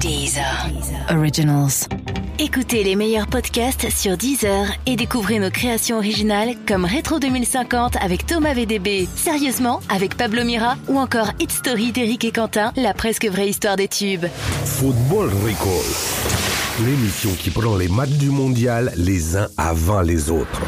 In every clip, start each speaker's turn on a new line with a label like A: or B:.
A: Deezer. Originals. Écoutez les meilleurs podcasts sur Deezer et découvrez nos créations originales comme Rétro 2050 avec Thomas VDB, Sérieusement avec Pablo Mira ou encore Hit Story d'Éric et Quentin, la presque vraie histoire des tubes.
B: Football Recall. L'émission qui prend les matchs du mondial les uns avant les autres.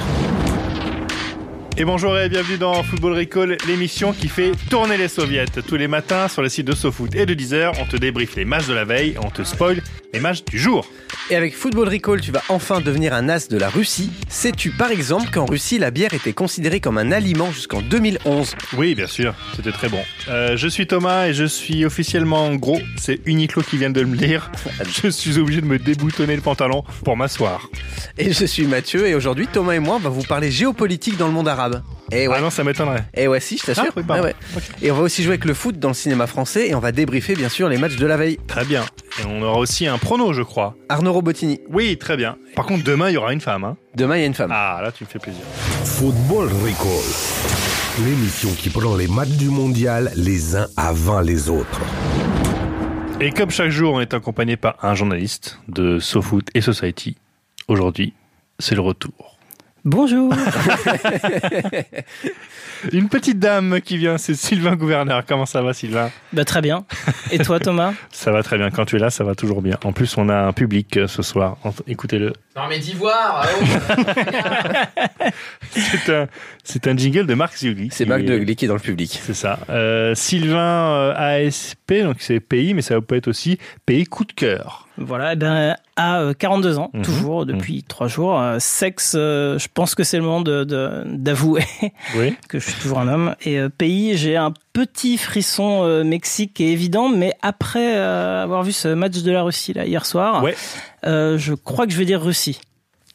C: Et bonjour et bienvenue dans Football Recall, l'émission qui fait tourner les soviets. Tous les matins sur le site de SoFoot et de Deezer, on te débriefe les matchs de la veille, on te spoil les matchs du jour.
D: Et avec Football Recall, tu vas enfin devenir un as de la Russie. Sais-tu par exemple qu'en Russie, la bière était considérée comme un aliment jusqu'en 2011
C: Oui, bien sûr, c'était très bon. Euh, je suis Thomas et je suis officiellement gros, c'est Uniqlo qui vient de me lire. Je suis obligé de me déboutonner le pantalon pour m'asseoir.
D: Et je suis Mathieu et aujourd'hui, Thomas et moi, on va vous parler géopolitique dans le monde arabe. Et ouais,
C: Ah non, ça m'étonnerait.
D: et ouais si, je t'assure.
C: Ah oui, pardon.
D: Ah ouais. Et on va aussi jouer avec le foot dans le cinéma français et on va débriefer bien sûr les matchs de la veille.
C: Très bien. Et on aura aussi un prono, je crois.
D: Arnaud Robotini,
C: Oui, très bien. Par contre, demain, il y aura une femme. hein.
D: demain il y a une femme.
C: Ah, là, tu me fais plaisir.
B: Football Recall. L'émission qui prend les matchs du mondial les uns avant les autres.
C: Et comme chaque jour, on est accompagné par un journaliste de SoFoot et Society. Aujourd'hui, c'est le retour.
E: Bonjour.
C: Une petite dame qui vient, c'est Sylvain Gouverneur. Comment ça va, Sylvain
E: bah, très bien. Et toi, Thomas
C: Ça va très bien. Quand tu es là, ça va toujours bien. En plus, on a un public euh, ce soir. En- Écoutez-le.
F: Non mais d'ivoire euh,
C: C'est un, c'est un jingle de Marc Ziugli.
D: C'est
C: qui
D: Marc
C: est-
D: de Glee qui est dans le public.
C: C'est ça. Euh, Sylvain euh, ASP, donc c'est pays, mais ça peut être aussi pays coup de cœur.
E: Voilà, eh ben, à euh, 42 ans,
C: Mhm.
E: toujours depuis trois jours. Euh, sexe, euh, je pense que c'est le moment de- de- d'avouer
C: Oui.
E: que je suis toujours un homme. Et euh, pays, j'ai un petit frisson euh, Mexique qui est évident, mais après euh, avoir vu ce match de la Russie là, hier soir,
C: Ouais.
E: euh, je crois que je vais dire Russie.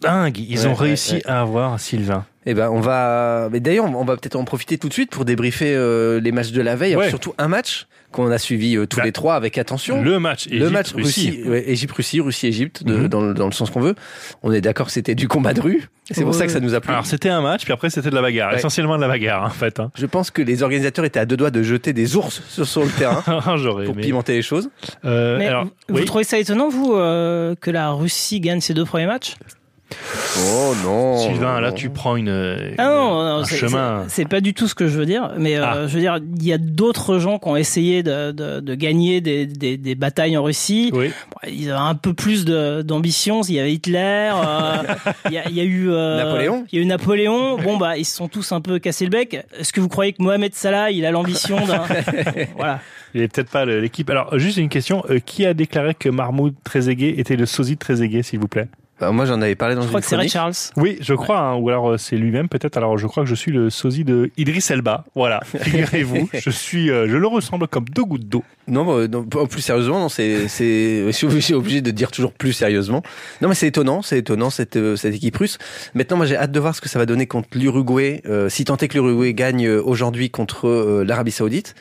C: Dingue. Ils
D: Ouais,
C: ont
D: ouais,
C: réussi
D: ouais.
C: à avoir Sylvain.
D: Et ben on va. Mais d'ailleurs on va peut-être en profiter tout de suite pour débriefer euh, les matchs de la veille,
C: Ouais.
D: surtout un match qu'on a suivi euh, tous
C: Bah,
D: les trois avec attention.
C: Le match.
D: le match Russie, ouais, Égypte-Russie, Russie-Égypte, de-
C: Mhm.
D: dans, le- dans le sens qu'on veut. On est d'accord que c'était du combat de rue. Et C'est pour
E: Ouais.
D: ça que ça nous a plu.
C: Alors c'était un match, puis après c'était de la bagarre,
D: Ouais.
C: essentiellement de la bagarre en fait. Hein.
D: Je pense que les organisateurs étaient à deux doigts de jeter des ours sur, sur le terrain
C: J'aurais
D: pour
C: aimé.
D: pimenter les choses.
C: Euh,
E: mais
C: alors,
E: vous, vous
C: oui.
E: trouvez ça étonnant, vous, euh, que la Russie gagne ses deux premiers matchs
D: Oh non
C: Sylvain, là
D: non.
C: tu prends une, une-
E: Ah non, non,
C: un
E: c'est-
C: chemin.
E: c'est- C'est pas du tout ce que je veux dire, mais euh,
C: Ah.
E: je veux dire, il y a d'autres gens qui ont essayé de, de- de gagner des, des- des batailles en Russie.
C: Oui.
E: Bon, Ils avaient un peu plus de- d'ambition. Il y avait Hitler, euh, il y, a- il y a eu euh,
D: Napoléon.
E: Il y a eu Napoléon. Bon bah, ils se sont tous un peu cassé le bec. Est-ce que vous croyez que Mohamed Salah, il a l'ambition d'un Bon, Voilà.
C: Il est peut-être pas le- l'équipe. Alors juste une question, euh, qui a déclaré que Mahmoud Trezeguet était le sosie de Trezeguet s'il vous plaît
D: Bah, moi j'en avais parlé dans
E: Je crois
D: une
E: que c'est Ray
D: chronique.
E: Charles.
C: Oui, je crois hein, ou alors euh, c'est lui-même peut-être. Alors je crois que je suis le sosie de Idriss Elba. Voilà, figurez-vous, je suis euh, je le ressemble comme deux gouttes d'eau.
D: Non, bah, non, p- plus sérieusement, non, c'est, c'est, je suis obligé- je suis obligé de dire toujours plus sérieusement. Non, mais c'est étonnant, c'est étonnant cette, euh, cette équipe russe. Maintenant, moi, j'ai hâte de voir ce que ça va donner contre l'Uruguay. euh, si tant est que l'Uruguay gagne euh, aujourd'hui contre euh, l'Arabie Saoudite,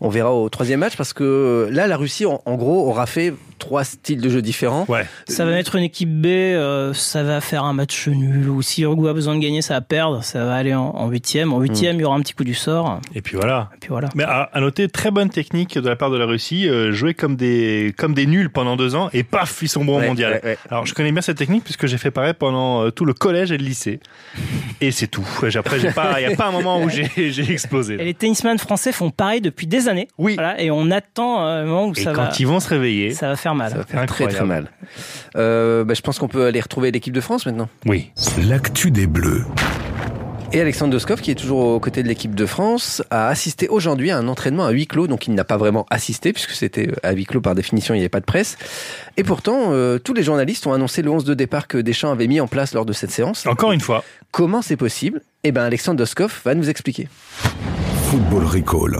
D: on verra au troisième match parce que euh, là, la Russie, en, en gros, aura fait trois styles de jeu différents.
C: Ouais.
E: Ça va mettre une équipe B. euh, ça va faire un match nul. Ou si Uruguay a besoin de gagner, ça va perdre. Ça va aller en en huitième. En
C: Hmm.
E: huitième, il y aura un petit coup du sort.
C: Et puis voilà.
E: Et puis voilà.
C: Mais à, à noter, très bonne technique de la part de la Russie, euh, jouer comme des comme des nuls pendant deux ans et paf, ils sont bons
D: Ouais,
C: au mondial.
D: ouais, ouais.
C: Alors, je connais bien cette technique puisque j'ai fait pareil pendant euh, tout le collège et le lycée. Et c'est tout. J'ai- Après, j'ai pas, il n'y a pas un moment où j'ai j'ai explosé.
E: Et les tennisman français font pareil depuis des années.
C: Oui.
E: Voilà, et on attend euh, le moment où
C: Et
E: ça
C: quand
E: va,
C: ils vont se réveiller.
E: ça va faire mal.
D: Ça va faire
C: Incroyable.
D: très très mal. Euh, bah, je pense qu'on peut aller retrouver l'équipe de France maintenant.
C: Oui.
B: L'actu des Bleus.
D: Et Alexandre Doskov, qui est toujours aux côtés de l'équipe de France, a assisté aujourd'hui à un entraînement à huis clos, donc il n'a pas vraiment assisté, puisque c'était euh, à huis clos par définition, il n'y avait pas de presse. Et pourtant, euh, tous les journalistes ont annoncé le 11 de départ que Deschamps avait mis en place lors de cette séance.
C: Encore une fois.
D: Comment c'est possible Eh bien, Alexandre Doskov va nous expliquer.
B: Football Recall.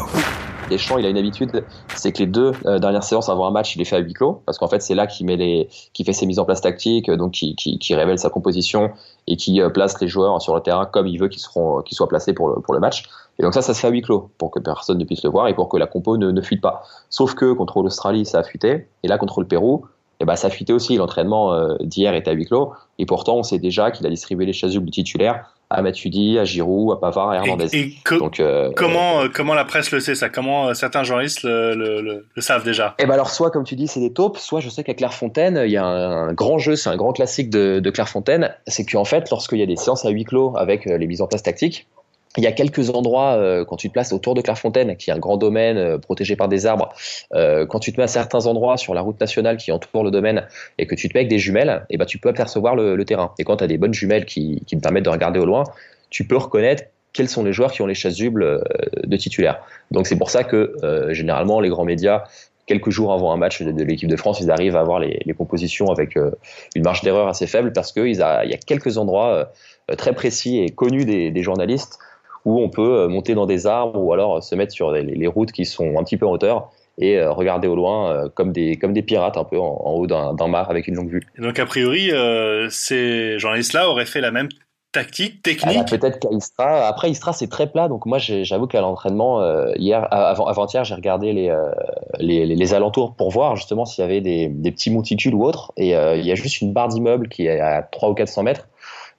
G: Deschamps, il a une habitude, c'est que les deux euh, dernières séances avant un match, il les fait à huis clos, parce qu'en fait, c'est là qu'il met les, qu'il fait ses mises en place tactiques, euh, donc qui, qui, qui révèle sa composition et qui euh, place les joueurs sur le terrain comme il veut qu'ils seront, euh, qu'ils soient placés pour le, pour le match. Et donc ça, ça se fait à huis clos pour que personne ne puisse le voir et pour que la compo ne, ne fuite pas. Sauf que contre l'Australie, ça a fuité, et là contre le Pérou. Et ben, ça a fuité aussi. L'entraînement euh, d'hier était à huis clos. Et pourtant, on sait déjà qu'il a distribué les chasubles du titulaire à Matuidi, à Giroud, à Pavard, à Hernandez.
C: Et, et co-
G: Donc, euh,
C: comment, euh, comment la presse le sait ça Comment euh, certains journalistes le, le- le- le savent déjà
G: Eh ben alors, soit, comme tu dis, c'est des taupes, soit je sais qu'à Clairefontaine, il y a un, un grand jeu, c'est un grand classique de, de Clairefontaine, c'est qu'en fait, lorsqu'il y a des séances à huis clos avec euh, les mises en place tactiques, il y a quelques endroits, euh, quand tu te places autour de Clairefontaine, qui est un grand domaine euh, protégé par des arbres, euh, quand tu te mets à certains endroits sur la route nationale qui entoure le domaine et que tu te mets avec des jumelles, eh ben, tu peux apercevoir le, le terrain. Et quand tu as des bonnes jumelles qui, qui te permettent de regarder au loin, tu peux reconnaître quels sont les joueurs qui ont les chasubles euh, de titulaires. Donc c'est pour ça que euh, généralement les grands médias quelques jours avant un match de, de l'équipe de France, ils arrivent à avoir les, les compositions avec euh, une marge d'erreur assez faible parce qu'il y a quelques endroits euh, très précis et connus des, des journalistes où on peut euh, monter dans des arbres ou alors euh, se mettre sur les, les routes qui sont un petit peu en hauteur et euh, regarder au loin euh, comme, des, comme des pirates un peu en, en haut d'un d'un mât avec une longue vue.
C: Et Donc, a priori, euh, ces journalistes-là auraient fait la même tactique,
G: Ah bah,
C: technique.
G: peut-être qu'à Istra. Après, Istra, c'est très plat. Donc, moi, j'ai- j'avoue qu'à l'entraînement, euh, hier, avant- avant-hier, j'ai regardé les, euh, les, les- les alentours pour voir justement s'il y avait des, des petits monticules ou autres. Et euh, il y a juste une barre d'immeuble qui est à 3 ou 400 mètres.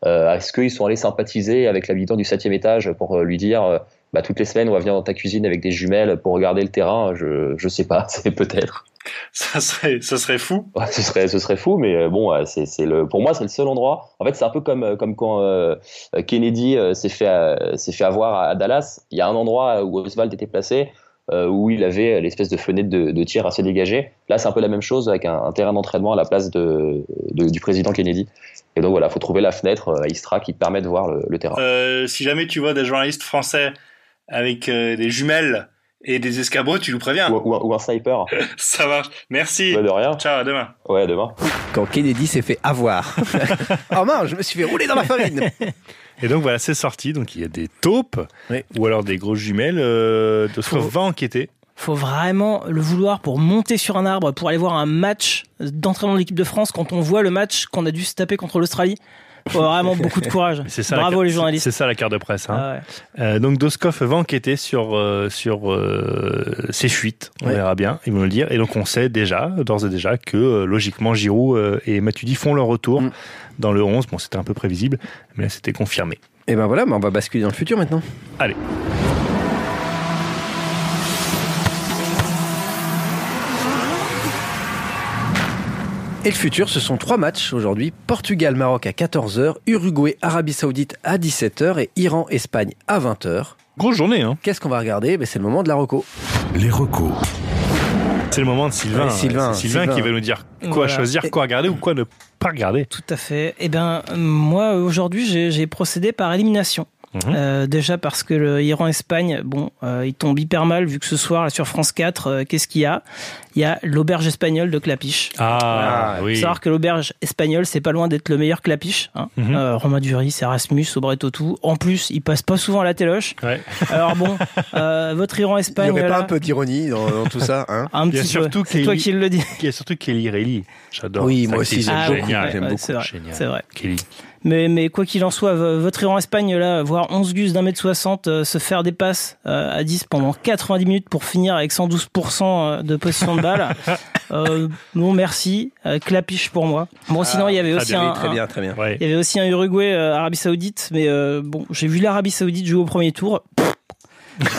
G: Euh, Est-ce qu'ils sont allés sympathiser avec l'habitant du 7 étage pour euh, lui dire. euh, bah, toutes les semaines, on va venir dans ta cuisine avec des jumelles pour regarder le terrain. Je, je sais pas, c'est peut-être.
C: Ça serait, ça serait fou.
G: Ouais, ce serait, ce serait fou, mais euh, bon, euh, c'est, c'est le, pour moi, c'est le seul endroit. En fait, c'est un peu comme, euh, comme quand euh, euh, Kennedy euh, s'est fait, euh, s'est fait avoir à, à Dallas. Il y a un endroit où Oswald était placé, euh, où il avait euh, l'espèce de fenêtre de, de tir assez dégagée. Là, c'est un peu la même chose avec un, un terrain d'entraînement à la place de, de- du président Kennedy. Et donc voilà, faut trouver la fenêtre euh, à Istra qui te permet de voir le, le
D: Ah.
G: terrain.
C: Euh, si jamais tu vois des journalistes français avec euh, des jumelles et des escabeaux, tu nous préviens.
G: Ou, ou un, ou un sniper.
C: Ça marche. Merci.
G: Ouais, de rien.
C: Ciao, à demain.
G: Ouais, à demain.
D: Quand Kennedy s'est fait avoir. oh mince, je me suis fait rouler dans la farine.
C: Et donc voilà, c'est sorti. Donc il y a des taupes
D: Oui.
C: ou alors des grosses jumelles. Euh, Doskov
E: Faut-
C: va enquêter.
E: Faut vraiment le vouloir pour monter sur un arbre, pour aller voir un match d'entraînement de l'équipe de France quand on voit le match qu'on a dû se taper contre l'Australie. Faut vraiment beaucoup de courage.
C: C'est ça. la
E: Bravo
C: carte-
E: les journalistes.
C: C'est ça la carte de presse. hein.
E: Ah ouais.
C: Euh, donc Doskov va enquêter sur euh, sur euh, ses fuites. On
D: Ouais.
C: verra bien. Ils vont le dire. Et donc on sait déjà, d'ores et déjà, que euh, logiquement Giroud euh, et Matuidi font leur retour
D: Mm.
C: dans le 11. Bon, c'était un peu prévisible, mais là c'était confirmé.
D: Et ben voilà, mais on va basculer dans le futur maintenant.
C: Allez.
D: Et le futur, ce sont trois matchs aujourd'hui. Portugal-Maroc à 14h, Uruguay-Arabie Saoudite à 17h et Iran-Espagne à 20h.
C: Grosse journée. Hein.
D: Qu'est-ce qu'on va regarder Ben, C'est le moment de la reco.
B: Les recos.
C: C'est le moment de Sylvain.
D: Ouais, Sylvain,
C: C'est Sylvain,
D: Sylvain.
C: qui va nous dire quoi
E: Voilà.
C: choisir,
E: Et-
C: quoi regarder ou quoi ne pas regarder.
E: Tout à fait. Eh ben, euh, moi, aujourd'hui, j'ai j'ai procédé par élimination.
C: Mhm.
E: Euh, déjà parce que le Iran-Espagne, bon, euh, il tombe hyper mal vu que ce soir, là, sur France 4, euh, qu'est-ce qu'il y a Il y a l'auberge espagnole de Clapiche.
C: Ah,
D: Ah,
E: Faut
C: oui.
E: savoir que l'auberge espagnole, c'est pas loin d'être le meilleur Clapiche. Hein.
C: Mhm.
E: Euh, Romain Duris, Erasmus, Aubret tout. En plus, il passe pas souvent à la téloche.
C: Ouais.
E: Alors bon, euh, votre Iran-Espagne. là,
D: d'ironie dans, tout ça hein
E: un
C: Il y a
E: petit peu.
C: surtout
E: C'est
C: qu'il-
E: toi qui le dis.
C: Il y a surtout Kelly Reilly. J'adore.
D: Oui,
C: Ça,
D: moi
C: c'est
D: aussi, j'aime
E: Ah,
D: beaucoup.
E: oui,
C: génial.
E: ouais,
D: j'aime
E: ouais,
D: beaucoup.
E: c'est vrai.
C: Génial.
E: C'est vrai.
C: Kelly.
E: Mais, mais quoi qu'il en soit, v- votre Iran-Espagne, là, voir 11 gus d'un mètre 60 euh, se faire des passes euh, à 10 pendant 90 minutes pour finir avec 112% de position de balle. euh, non, merci. Euh, clapiche pour moi. Bon, sinon, il y avait
C: Ah, très
E: aussi
C: bien,
E: un,
D: Très
E: un-
D: bien, très bien.
C: Ouais.
E: il y avait aussi un Uruguay, euh, Arabie Saoudite, mais euh, bon, j'ai vu l'Arabie Saoudite jouer au premier tour.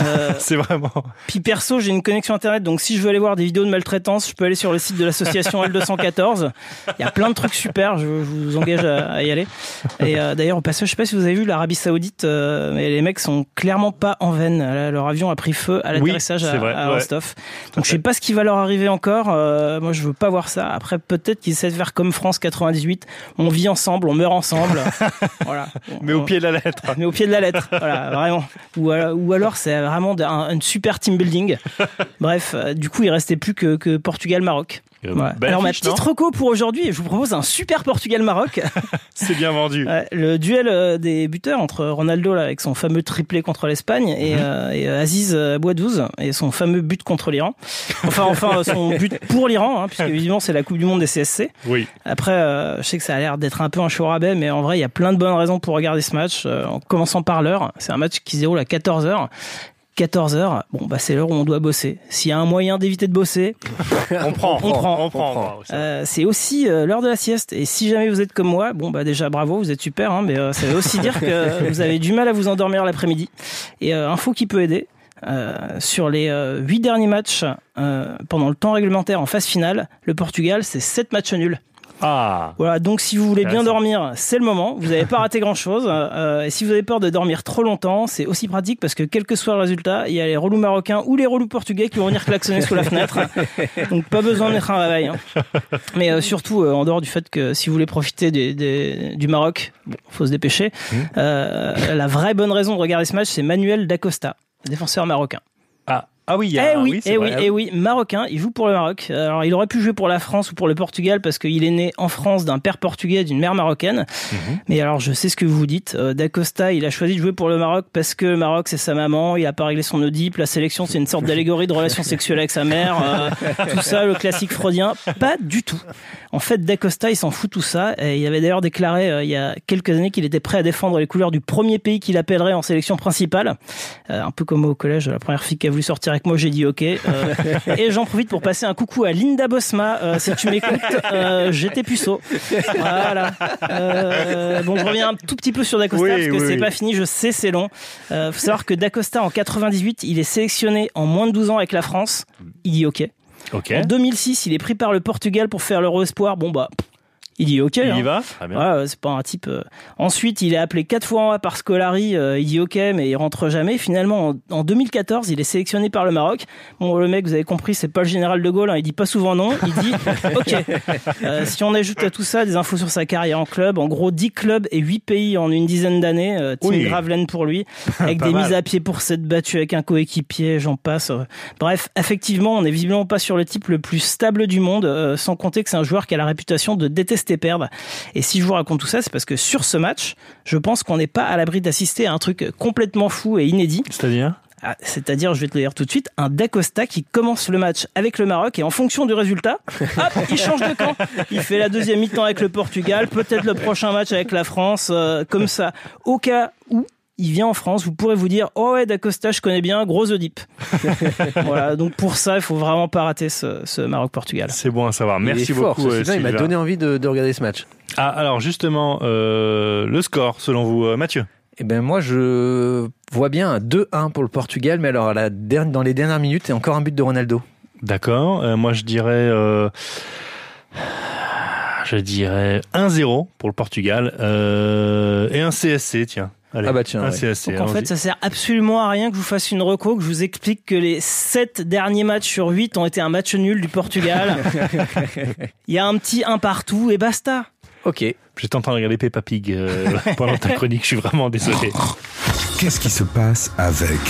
E: Euh,
C: C'est vraiment.
E: puis perso, j'ai une connexion internet, donc si je veux aller voir des vidéos de maltraitance, je peux aller sur le site de l'association L214. Il y a plein de trucs super, je, je vous engage à, à y aller. Et euh, d'ailleurs, au passage, je sais pas si vous avez vu l'Arabie Saoudite, euh, mais les mecs sont clairement pas en veine. Là, leur avion a pris feu à
C: Oui,
E: l'atterrissage
C: c'est
E: à,
C: vrai,
E: à
C: ouais.
E: Rostov. Donc je sais pas ce qui va leur arriver encore. Euh, moi, je veux pas voir ça. Après, peut-être qu'ils essaient de faire comme France 98. On vit ensemble, on meurt ensemble. voilà.
C: Mais au pied de la lettre.
E: mais au pied de la lettre. Voilà, vraiment. Ou, al- ou alors, c'est vraiment d'un- un, super team building. Bref, euh, du coup, il restait plus que, que Portugal-Maroc.
C: Euh,
E: Voilà.
C: belle
E: alors, ma
C: affiche, non
E: petite reco pour aujourd'hui, je vous propose un super Portugal-Maroc.
C: C'est bien vendu.
E: Ouais, le duel euh, des buteurs entre Ronaldo là, avec son fameux triplé contre l'Espagne et,
C: Mhm.
E: euh, et, euh, Aziz euh, Bouadouz et son fameux but contre l'Iran. Enfin, enfin, euh, son but pour l'Iran, hein, puisque évidemment, c'est la Coupe du Monde des CSC.
C: Oui.
E: Après, euh, je sais que ça a l'air d'être un peu un show au rabais, mais en vrai, il y a plein de bonnes raisons pour regarder ce match. euh, en commençant par l'heure, c'est un match qui se déroule à 14h. 14h, bon, bah, c'est l'heure où on doit bosser. S'il y a un moyen d'éviter de bosser,
C: On prend,
E: On
C: on
E: prend,
C: prend.
D: on prend.
C: on prend.
E: euh, c'est aussi euh, l'heure de la sieste. Et si jamais vous êtes comme moi, bon, bah, déjà, bravo, vous êtes super, hein, mais euh, ça veut aussi dire que vous avez du mal à vous endormir l'après-midi. Et euh, info qui peut aider, euh, sur les euh, huit derniers matchs, euh, pendant le temps réglementaire en phase finale, le Portugal, c'est 7 matchs nuls.
C: Ah.
E: Voilà, donc si vous voulez bien
C: Intéressant.
E: dormir, c'est le moment. Vous n'avez pas raté grand-chose. Euh, et si vous avez peur de dormir trop longtemps, c'est aussi pratique parce que quel que soit le résultat, il y a les relous marocains ou les relous portugais qui vont venir klaxonner sous la fenêtre. Donc pas besoin de mettre un réveil. hein. Mais euh, surtout, euh, en dehors du fait que si vous voulez profiter des- des- du Maroc, bon, faut se dépêcher. Euh, la vraie bonne raison de regarder ce match, c'est Manuel Dacosta, défenseur marocain.
C: Ah, ah oui, il y a
E: Eh oui,
C: c'est
E: eh oui,
C: vrai.
E: eh oui, marocain, il joue pour le Maroc. Alors, il aurait pu jouer pour la France ou pour le Portugal parce qu'il est né en France d'un père portugais et d'une mère marocaine.
C: Mhm.
E: Mais alors, je sais ce que vous dites. Euh, Dacosta, il a choisi de jouer pour le Maroc parce que le Maroc, c'est sa maman, il a pas réglé son Oedipe, la sélection, c'est une sorte d'allégorie de relation sexuelle avec sa mère, euh, tout ça, le classique freudien. Pas du tout. En fait, Dacosta, il s'en fout tout ça. Et il avait d'ailleurs déclaré euh, il y a quelques années qu'il était prêt à défendre les couleurs du premier pays qu'il appellerait en sélection principale. Euh, un peu comme au collège, la première fille qui a voulu sortir avec moi, j'ai dit OK. Euh, et j'en profite pour passer un coucou à Linda Bosma. Euh, si tu m'écoutes, euh, j'étais puceau. Voilà. Euh, bon, je reviens un tout petit peu sur Dacosta
C: Oui,
E: parce que
C: oui,
E: c'est
C: oui.
E: pas fini. Je sais, c'est long. Euh, faut savoir que Dacosta en 98, il est sélectionné en moins de 12 ans avec la France. Il dit OK.
C: Ok.
E: En 2006, il est pris par le Portugal pour faire l'Euro Espoir. Bon, bah, pff, il dit OK.
C: Il y
E: hein.
C: va Très bien.
E: Ouais, euh, c'est pas un type. euh. Ensuite, il est appelé quatre fois en A par Scolari. euh, il dit OK, mais il rentre jamais. Finalement, en, en 2014, il est sélectionné par le Maroc. Bon, le mec, vous avez compris, c'est pas le général de Gaulle. hein, il dit pas souvent non. Il dit OK. Euh, si on ajoute à tout ça des infos sur sa carrière en club, en gros 10 clubs et 8 pays en une dizaine d'années. euh, team
C: Oui.
E: Gravelaine pour lui, avec
C: Pas
E: des
C: mal.
E: mises à pied pour s'être battu avec un coéquipier. J'en passe. euh. Bref, effectivement, on n'est visiblement pas sur le type le plus stable du monde, euh, sans compter que c'est un joueur qui a la réputation de détester perdre. Et si je vous raconte tout ça, c'est parce que sur ce match, je pense qu'on n'est pas à l'abri d'assister à un truc complètement fou et inédit.
C: C'est-à-dire
E: Ah, C'est-à-dire, je vais te le dire tout de suite, un Dacosta qui commence le match avec le Maroc et en fonction du résultat, hop, il change de camp. Il fait la deuxième mi-temps avec le Portugal, peut-être le prochain match avec la France, euh, comme ça. Au cas où il vient en France, vous pourrez vous dire Oh ouais, Dacosta, je connais bien, gros Oedipe. voilà, donc pour ça, il faut vraiment pas rater ce, ce Maroc-Portugal.
C: C'est bon à savoir.
D: Il est
C: Merci
D: fort,
C: beaucoup. euh,
D: ce Sylvain, il m'a
C: Sylvain.
D: donné envie de, de regarder ce match.
C: Ah, alors justement, euh, le score selon vous, euh, Mathieu
D: Eh ben moi, je vois bien un 2-1 pour le Portugal, mais alors à la dernière, dans les dernières minutes, et encore un but de Ronaldo.
C: D'accord. Euh, moi, je dirais. euh, Je dirais 1-0 pour le Portugal euh, et un CSC, tiens. Allez,
D: Ah bah tiens,
C: un
D: ouais.
C: CSC.
E: Donc en
C: allons-y.
E: fait, ça sert absolument à rien que je vous fasse une reco, que je vous explique que les 7 derniers matchs sur 8 ont été un match nul du Portugal. Il y a un petit un partout et basta.
D: Ok.
C: J'étais en train de regarder Peppa Pig euh, pendant ta chronique. Je suis vraiment désolé.
B: Qu'est-ce qui se passe avec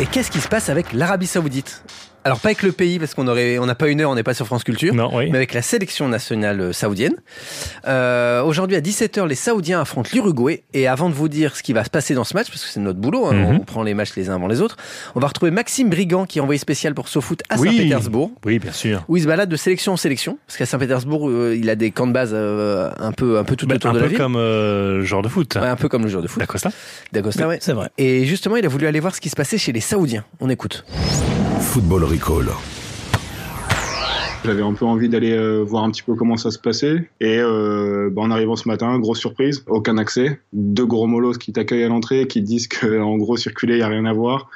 D: Et qu'est-ce qui se passe avec l'Arabie Saoudite Alors pas avec le pays, parce qu'on aurait, on n'a pas une heure, on n'est pas sur France Culture.
C: Non, oui.
D: mais avec la sélection nationale euh, saoudienne. Euh, Aujourd'hui à 17h, les Saoudiens affrontent l'Uruguay. Et avant de vous dire ce qui va se passer dans ce match, parce que c'est notre boulot, hein,
C: Mhm.
D: on prend les matchs les uns avant les autres, on va retrouver Maxime Brigand qui est envoyé spécial pour SoFoot à
C: Oui.
D: Saint-Pétersbourg.
C: Oui, bien sûr.
D: Où il se balade de sélection en sélection, parce qu'à Saint-Pétersbourg, euh, il a des camps de base euh, un peu, un peu tout
C: Bah,
D: autour
C: un
D: de la
C: peu
D: ville.
C: comme euh, genre de foot.
D: Ouais, un peu comme le joueur de foot
C: D'accord, ça
D: d'Agosta. ouais.
E: C'est vrai.
D: Et justement, il a voulu aller voir ce qui se passait chez les Saoudiens. On écoute.
B: Football Recall
F: J'avais un peu envie d'aller euh, voir un petit peu comment ça se passait. Et euh, bah, en arrivant ce matin, grosse surprise, aucun accès. Deux gros molosses qui t'accueillent à l'entrée, qui disent que en gros circuler, il n'y a rien à voir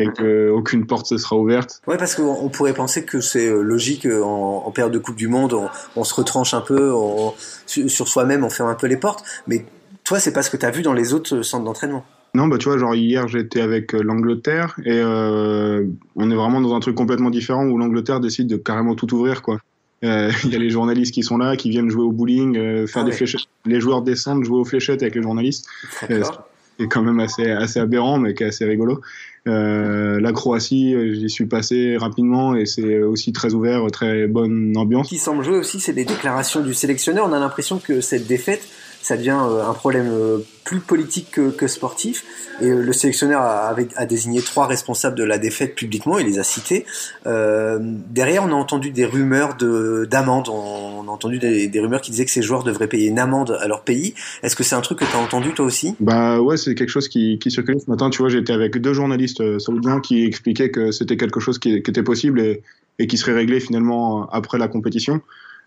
F: et qu'aucune porte ne sera ouverte.
H: Ouais, parce qu'on on pourrait penser que c'est euh, logique euh, en, en période de Coupe du Monde, on, on se retranche un peu on- sur, sur soi-même, on ferme un peu les portes. Mais toi, c'est pas ce que t'as vu dans les autres euh, centres d'entraînement.
F: Non, bah tu vois, genre hier j'étais avec euh, l'Angleterre et euh, on est vraiment dans un truc complètement différent où l'Angleterre décide de carrément tout ouvrir, quoi. Euh, Il y a les journalistes qui sont là, qui viennent jouer au bowling, euh, faire
H: Ah
F: des
H: ouais.
F: fléchettes. Les joueurs descendent jouer aux fléchettes avec les journalistes.
H: D'accord.
F: qui est quand même assez, assez aberrant, mais qui est assez rigolo. Euh, la Croatie, euh, j'y suis passé rapidement et c'est aussi très ouvert, très bonne
H: Ce
F: ambiance.
H: qui semble jouer aussi, c'est des déclarations du sélectionneur. On a l'impression que cette défaite, ça devient euh, un problème euh, plus politique que, que sportif. Et euh, le sélectionneur a, avait- a désigné trois responsables de la défaite publiquement, il les a cités. Euh, derrière, on a entendu des rumeurs de d'amendes. On, on a entendu des, des rumeurs qui disaient que ces joueurs devraient payer une amende à leur pays. Est-ce que c'est un truc que tu as entendu toi aussi
F: Bah ouais, c'est quelque chose qui, qui circulait ce matin. Tu vois, j'étais avec deux journalistes euh, saoudiens qui expliquaient que c'était quelque chose qui, qui était possible et, et qui serait réglé finalement euh, après la compétition.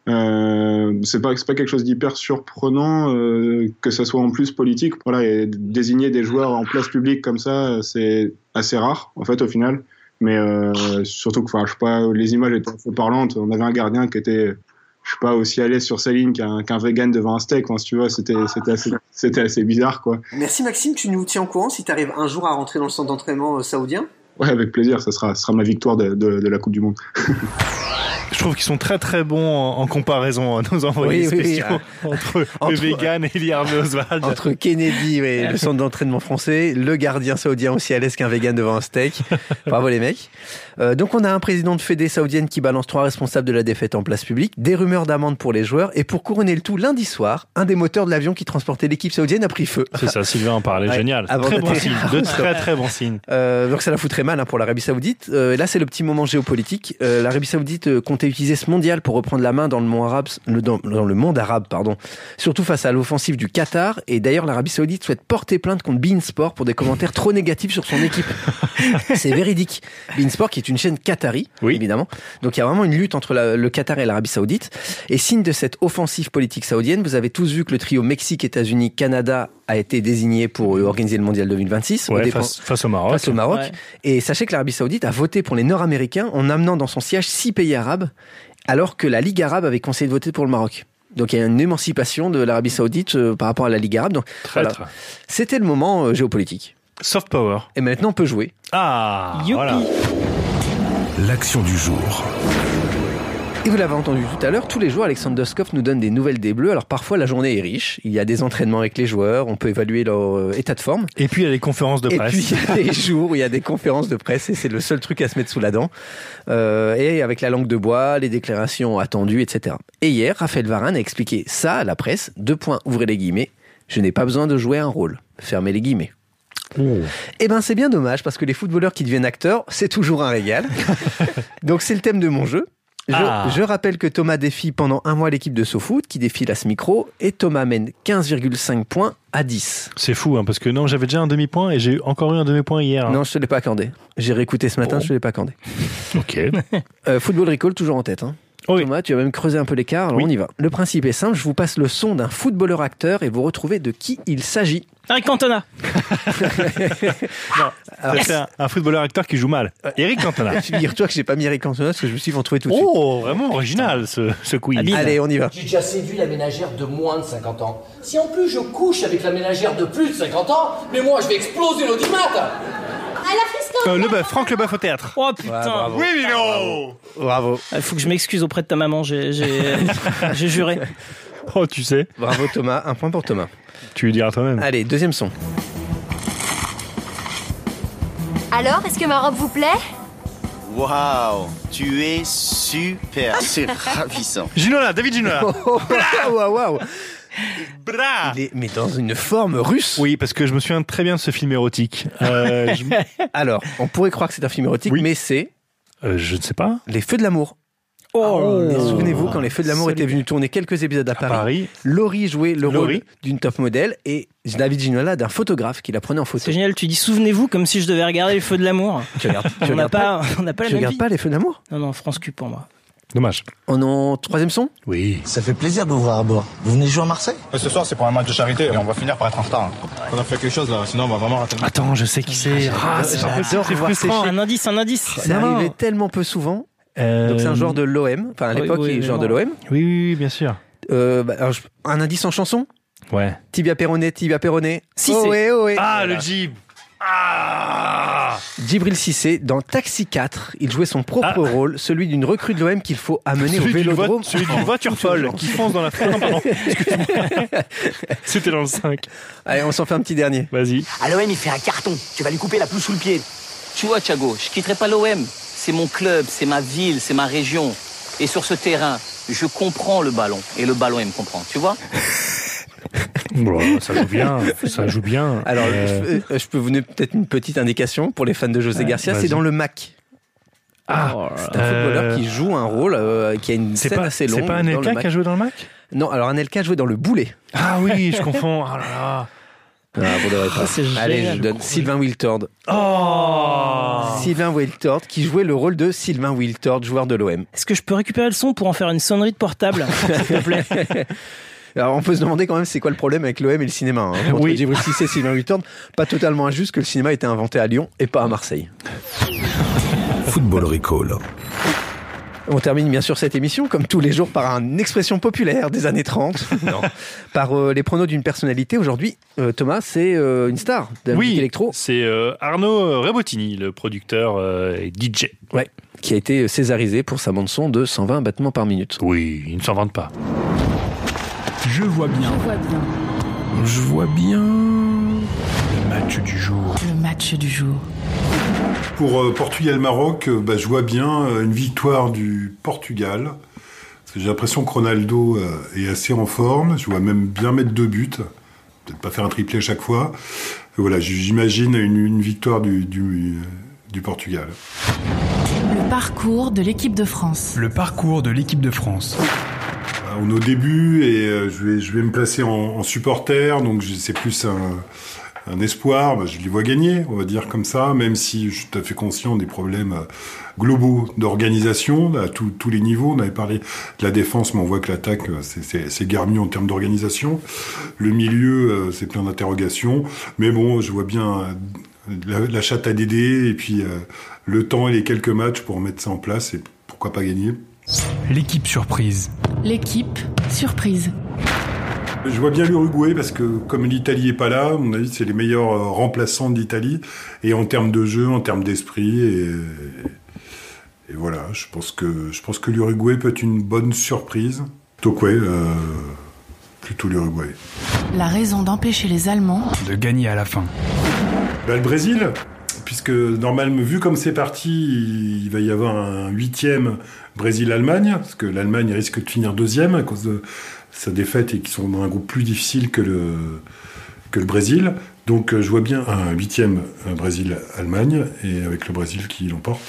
F: Euh, c'est pas c'est pas quelque chose d'hyper surprenant euh, que ça soit en plus politique. Voilà, et désigner des joueurs en place publique comme ça, c'est assez rare en fait au final. Mais euh, surtout que, enfin, je sais pas, les images étaient assez parlantes. On avait un gardien qui était, je sais pas, aussi à l'aise sur sa ligne qu'un qu'un vegan devant un steak. Enfin, si tu vois, c'était c'était assez c'était assez bizarre quoi.
H: Merci Maxime, tu nous tiens au courant si tu arrives un jour à rentrer dans le centre d'entraînement euh, saoudien.
F: Ouais, avec plaisir. Ça sera ça sera ma victoire de, de, de la Coupe du Monde.
C: Je trouve qu'ils sont très très bons en, en comparaison, hein, nos envoyés
D: Oui, oui, oui, Ah.
C: spéciaux entre,
D: Entre-
C: le vegan et Lee Harvey Oswald.
D: Entre Kennedy, ouais, le centre d'entraînement français, le gardien saoudien aussi à l'aise qu'un vegan devant un steak. Bravo les mecs. Euh, donc on a un président de fédé saoudienne qui balance trois responsables de la défaite en place publique, des rumeurs d'amende pour les joueurs, et pour couronner le tout, lundi soir, un des moteurs de l'avion qui transportait l'équipe saoudienne a pris feu.
C: C'est ça, Sylvain en parlait,
D: Ouais,
C: génial.
D: avant
C: Très
D: de-
C: bon signe, de très très bon signe.
D: Euh, donc ça la fout très mal hein, pour l'Arabie Saoudite. Euh, et là, c'est le petit moment géopolitique. Euh, L'Arabie Saoudite euh, comptait utiliser ce mondial pour reprendre la main dans le monde arabe, le- dans, dans le monde arabe, pardon. Surtout face à l'offensive du Qatar. Et d'ailleurs, l'Arabie Saoudite souhaite porter plainte contre Bein Sport pour des commentaires trop négatifs sur son équipe. c'est véridique. Bein Sport, qui est une chaîne qatari,
C: Oui.
D: évidemment. Donc il y a vraiment une lutte entre la- le Qatar et l'Arabie Saoudite. Et signe de cette offensive politique saoudienne, vous avez tous vu que le trio Mexique, États-Unis, Canada a été désigné pour euh, organiser le mondial 2026. aux
C: Ouais,
D: dépens-
C: face, face au Maroc.
D: face au Maroc.
E: Ouais.
D: Et sachez que l'Arabie Saoudite a voté pour les Nord-Américains en amenant dans son siège six pays arabes, alors que la Ligue arabe avait conseillé de voter pour le Maroc. Donc il y a une émancipation de l'Arabie Saoudite euh, par rapport à la Ligue arabe. Donc
C: Traître.
D: c'était le moment euh, géopolitique.
C: Soft power.
D: Et maintenant on peut jouer.
C: Ah,
E: Youpi.
C: voilà.
B: L'action du jour.
D: Et vous l'avez entendu tout à l'heure, tous les jours Alexandre Doskov nous donne des nouvelles des Bleus. Alors parfois la journée est riche, il y a des entraînements avec les joueurs, on peut évaluer leur euh, état de forme.
C: Et puis il y a les conférences de
D: Et
C: presse.
D: puis il y a des jours où il y a des conférences de presse et c'est le seul truc à se mettre sous la dent. Euh, et avec la langue de bois, les déclarations attendues, etc. Et hier, Raphaël Varane a expliqué ça à la presse. Deux points, ouvrez les guillemets. Je n'ai pas besoin de jouer un rôle. Fermez les guillemets. Eh ben c'est bien dommage parce que les footballeurs qui deviennent acteurs, c'est toujours un régal. Donc c'est le thème de mon jeu. Je,
C: Ah.
D: je rappelle que Thomas défie pendant un mois l'équipe de SoFoot qui défile à ce micro et Thomas mène 15,5 points à 10.
C: C'est fou, hein, parce que non, j'avais déjà un demi-point et j'ai eu encore eu un demi-point hier. hein.
D: Non, je te l'ai pas accordé. J'ai réécouté ce matin, je te l'ai pas accordé.
C: Ok.
D: Euh, football Recall, toujours en tête. Hein.
C: Oui.
D: Thomas, tu as même creusé un peu l'écart, alors
C: Oui.
D: on y va. Le principe est simple, je vous passe le son d'un footballeur acteur et vous retrouvez de qui il s'agit.
E: Eric Cantona.
C: Ça, C'est un, un footballeur acteur qui joue mal. Eric Cantona.
D: Figure-toi que j'ai pas mis Eric Cantona parce que je me suis retrouvé Euh. tout de suite.
C: Oh, vraiment original ce, ce quiz.
D: Allez, on y va.
I: J'ai déjà séduit la ménagère de moins de 50 ans. Si en plus je couche avec la ménagère de plus de 50 ans, mais moi je vais exploser l'audimat
C: Euh, le bœuf, Franck Leboeuf au théâtre.
E: Oh putain.
D: bravo. Bravo,
E: Ah, Faut que je m'excuse auprès de ta maman. J'ai j'ai- j'ai juré.
C: Oh, tu sais,
D: bravo Thomas, un point pour Thomas.
C: tu lui diras toi-même.
D: Allez, deuxième son.
J: Alors, est-ce que ma robe vous plaît
K: Waouh, tu es super, c'est ravissant.
C: Ginola, David Ginola.
D: Oh, waouh, waouh.
C: Bra.
D: Il est- Mais dans une forme russe.
C: Oui, parce que je me souviens très bien de ce film érotique. Euh, je,
D: Alors, on pourrait croire que c'est un film érotique,
C: Oui.
D: mais c'est
C: euh, je ne sais pas.
D: Les Feux de l'amour.
E: Oh.
D: Et Souvenez-vous quand Les Feux de l'amour étaient venus tourner quelques épisodes à Paris.
C: Paris.
D: Laurie jouait le
C: Laurie.
D: rôle d'une top modèle et David Ginola d'un photographe qui la prenait en photo.
E: C'est génial. Tu dis souvenez-vous comme si je devais regarder les feux de l'amour.
D: Tu regardes, tu
E: On n'a
D: regardes pas,
E: pas, on n'a pas la
D: tu
E: même
D: regardes
E: vie.
D: pas les feux d'amour
E: Non non, France Q pour moi.
C: Dommage.
D: On en troisième son
C: Oui.
K: Ça fait plaisir de vous voir à bord. Vous venez jouer à Marseille
L: Ce soir, c'est pour un match de charité et on va finir par être en retard. On a fait quelque chose là, sinon on va vraiment rater le match.
C: Attends, je sais qui c'est. Ah, c'est pas possible,
D: J'adore
C: c'est
D: voir
C: frustrant.
E: Un indice, un indice.
D: Oh.
I: Bah,
D: C'est
C: Non.
D: arrivé tellement peu souvent.
C: Euh,
D: Donc c'est un joueur de l'OM, enfin à
E: oui,
D: l'époque
E: oui,
D: il est
E: mais
D: joueur
E: bon.
D: de l'OM.
C: Oui, oui, oui, bien sûr.
D: Euh, bah, alors, je- un indice en chanson
C: Ouais.
D: Tibia Perroné, Tibia Perroné.
E: Si,
D: oh,
E: c'est-
D: ouais, oh, ouais.
C: Ah, le Jeep. Ah.
D: Djibril Cissé, dans Taxi 4, il jouait son propre
E: Ah.
D: rôle, celui d'une recrue de l'OM qu'il faut amener au
C: Celui d'une
D: vélodrome.
C: voit- Oh. celui d'une voiture folle qui fonce dans la foule. C'était dans le 5.
D: Allez, on s'en fait un petit dernier.
C: Vas-y.
I: À l'OM, il fait un carton. Tu vas lui couper la pelouse sous le pied.
K: Tu vois, Thiago, je quitterai pas l'OM. C'est mon club, c'est ma ville, c'est ma région. Et sur ce terrain, je comprends le ballon. Et le ballon, il me comprend, tu vois
C: Oh, bah, ça joue bien. Ça joue bien.
D: Alors,
I: euh,
D: je, euh, je peux vous donner peut-être une petite indication pour les fans de José Garcia,
C: vas-y. Euh.
D: c'est dans le Mac.
I: Ah, c'est un footballeur qui joue un rôle, euh, qui a une
C: C'est
I: scène
C: pas-
I: assez
C: c'est
I: longue.
C: pas
I: dans le
C: Anelka
I: match.
C: qui a joué dans le match
I: Non, alors Anelka a joué dans le boulet.
C: Ah oui, je confonds. Ah là là.
I: Ah, vous devrez pas.
C: Ah, c'est
I: Allez,
C: génial.
I: je donne Sylvain Wiltord.
C: Oh
I: Sylvain Wiltord qui jouait le rôle de Sylvain Wiltord, joueur de l'OM.
E: Est-ce que je peux récupérer le son pour en faire une sonnerie de portable s'il te plaît
I: Alors on peut se demander quand même c'est quoi le problème avec l'OM et le cinéma. Hein. Entre
C: Oui.
I: Djibril Cissé et Sylvain Wiltord, pas totalement injuste que le cinéma a été inventé à Lyon et pas à Marseille.
M: Football Recall.
I: On termine bien sûr cette émission, comme tous les jours, par une expression populaire des années 30, Non. par euh, les pronos d'une personnalité. Aujourd'hui, euh, Thomas, c'est euh, une star de la musique
C: Oui,
I: électro.
C: c'est euh, Arnaud Rebottini, le producteur euh, et DJ.
I: Ouais, qui a été césarisé pour sa bande-son de 120 battements par minute.
C: Oui, il ne s'en vante pas.
N: Je vois bien.
M: Je vois bien.
N: Le match du jour.
A: Le match du jour.
G: Pour euh, Portugal-Maroc, euh, bah, je vois bien euh, une victoire du Portugal. Parce que j'ai l'impression que Ronaldo euh, est assez en forme. Je vois même bien mettre deux buts. Peut-être pas faire un triplé à chaque fois. Et voilà, j- j'imagine une, une victoire du, du, du Portugal.
A: Le parcours de l'équipe de France.
N: Le parcours de l'équipe de France.
G: Euh, On est au début et euh, je, vais, je vais me placer en, en supporter, donc je- c'est plus un, un espoir. Bah, je les vois gagner, on va dire comme ça, même si je suis tout à fait conscient des problèmes euh, globaux d'organisation à tous- tous les niveaux. On avait parlé de la défense, mais on voit que l'attaque, euh, c'est- c'est c'est guère mieux en termes d'organisation. Le milieu, euh, c'est plein d'interrogations. Mais bon, je vois bien euh, la, la chatte à Dédé et puis euh, le temps et les quelques matchs pour mettre ça en place et pourquoi pas gagner.
N: L'équipe surprise.
A: L'équipe surprise.
G: Je vois bien l'Uruguay parce que comme l'Italie est pas là, à mon avis c'est les meilleurs euh, remplaçants de l'Italie et en termes de jeu, en termes d'esprit et, euh, et voilà. Je pense que je pense que l'Uruguay peut être une bonne surprise. Donc ouais, euh, plutôt l'Uruguay.
A: La raison d'empêcher les Allemands
N: De gagner à la fin.
G: Bah, le Brésil, puisque normalement, vu comme c'est parti, il va y avoir un huitième Brésil-Allemagne, parce que l'Allemagne risque de finir deuxième à cause de sa défaite et qu'ils sont dans un groupe plus difficile que le, que le Brésil. Donc euh, je vois bien un huitième euh, Brésil-Allemagne, et avec le Brésil qui l'emporte.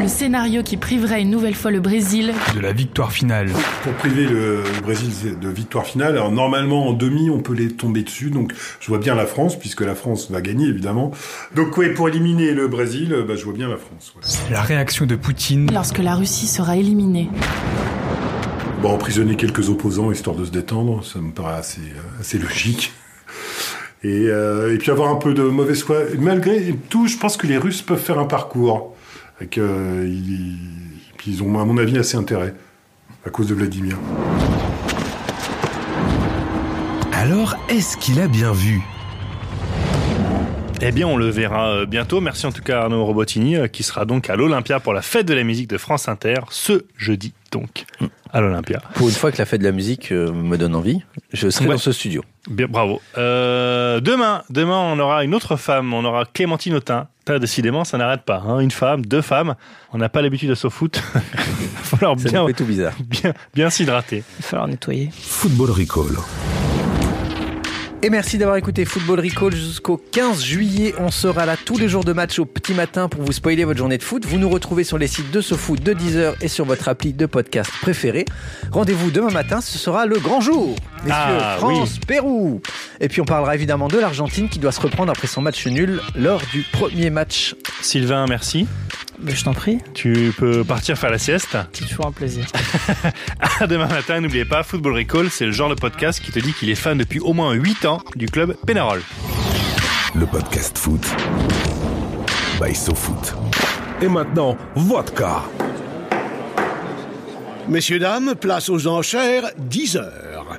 A: Le scénario qui priverait une nouvelle fois le Brésil
N: De la victoire finale.
G: Pour priver le, le Brésil de victoire finale, alors normalement en demi on peut les tomber dessus, donc je vois bien la France, puisque la France va gagner évidemment. Donc ouais, pour éliminer le Brésil, euh, bah, je vois bien la France. ouais.
N: La réaction de Poutine.
A: lorsque la Russie sera éliminée.
G: Bon, emprisonner quelques opposants histoire de se détendre, ça me paraît assez, euh, assez logique. Et, euh, et puis avoir un peu de mauvaise foi. Malgré tout, je pense que les Russes peuvent faire un parcours. Et qu'ils ils ont, à mon avis, assez intérêt. À cause de Vladimir.
M: Alors, est-ce qu'il a bien vu
C: Eh bien, on le verra euh, bientôt. Merci en tout cas à Arnaud Robotini, euh, qui sera donc à l'Olympia pour la fête de la musique de France Inter, ce jeudi donc, à l'Olympia.
I: Pour une fois que la fête de la musique euh, me donne envie, je serai
C: Ouais.
I: dans ce studio.
C: Bien, bravo. Euh, demain, demain, on aura une autre femme. On aura Clémentine Autain. Putain, décidément, ça n'arrête pas. hein. Une femme, deux femmes. On n'a pas l'habitude de se foot. Il va falloir
I: Ça
C: bien,
I: nous fait tout bizarre.
C: bien, bien s'hydrater.
E: Il va falloir nettoyer.
M: Football Recall.
I: Et merci d'avoir écouté Football Recall jusqu'au 15 juillet. On sera là tous les jours de match au petit matin pour vous spoiler votre journée de foot. Vous nous retrouvez sur les sites de SoFoot, de Deezer et sur votre appli de podcast préféré. Rendez-vous demain matin, ce sera le grand jour. Messieurs,
C: Ah,
I: France, Pérou. Et puis on parlera évidemment de l'Argentine qui doit se reprendre après son match nul lors du premier match.
C: Sylvain, merci.
E: Mais je t'en prie,
C: Tu peux partir faire la sieste.
E: c'est toujours un plaisir.
C: À demain matin, n'oubliez pas, Football Recall, c'est le genre de podcast qui te dit qu'il est fan depuis au moins 8 ans du club Pénarol.
M: Le podcast foot. By SoFoot. Et maintenant, vodka.
B: Messieurs, dames, place aux enchères, 10 heures.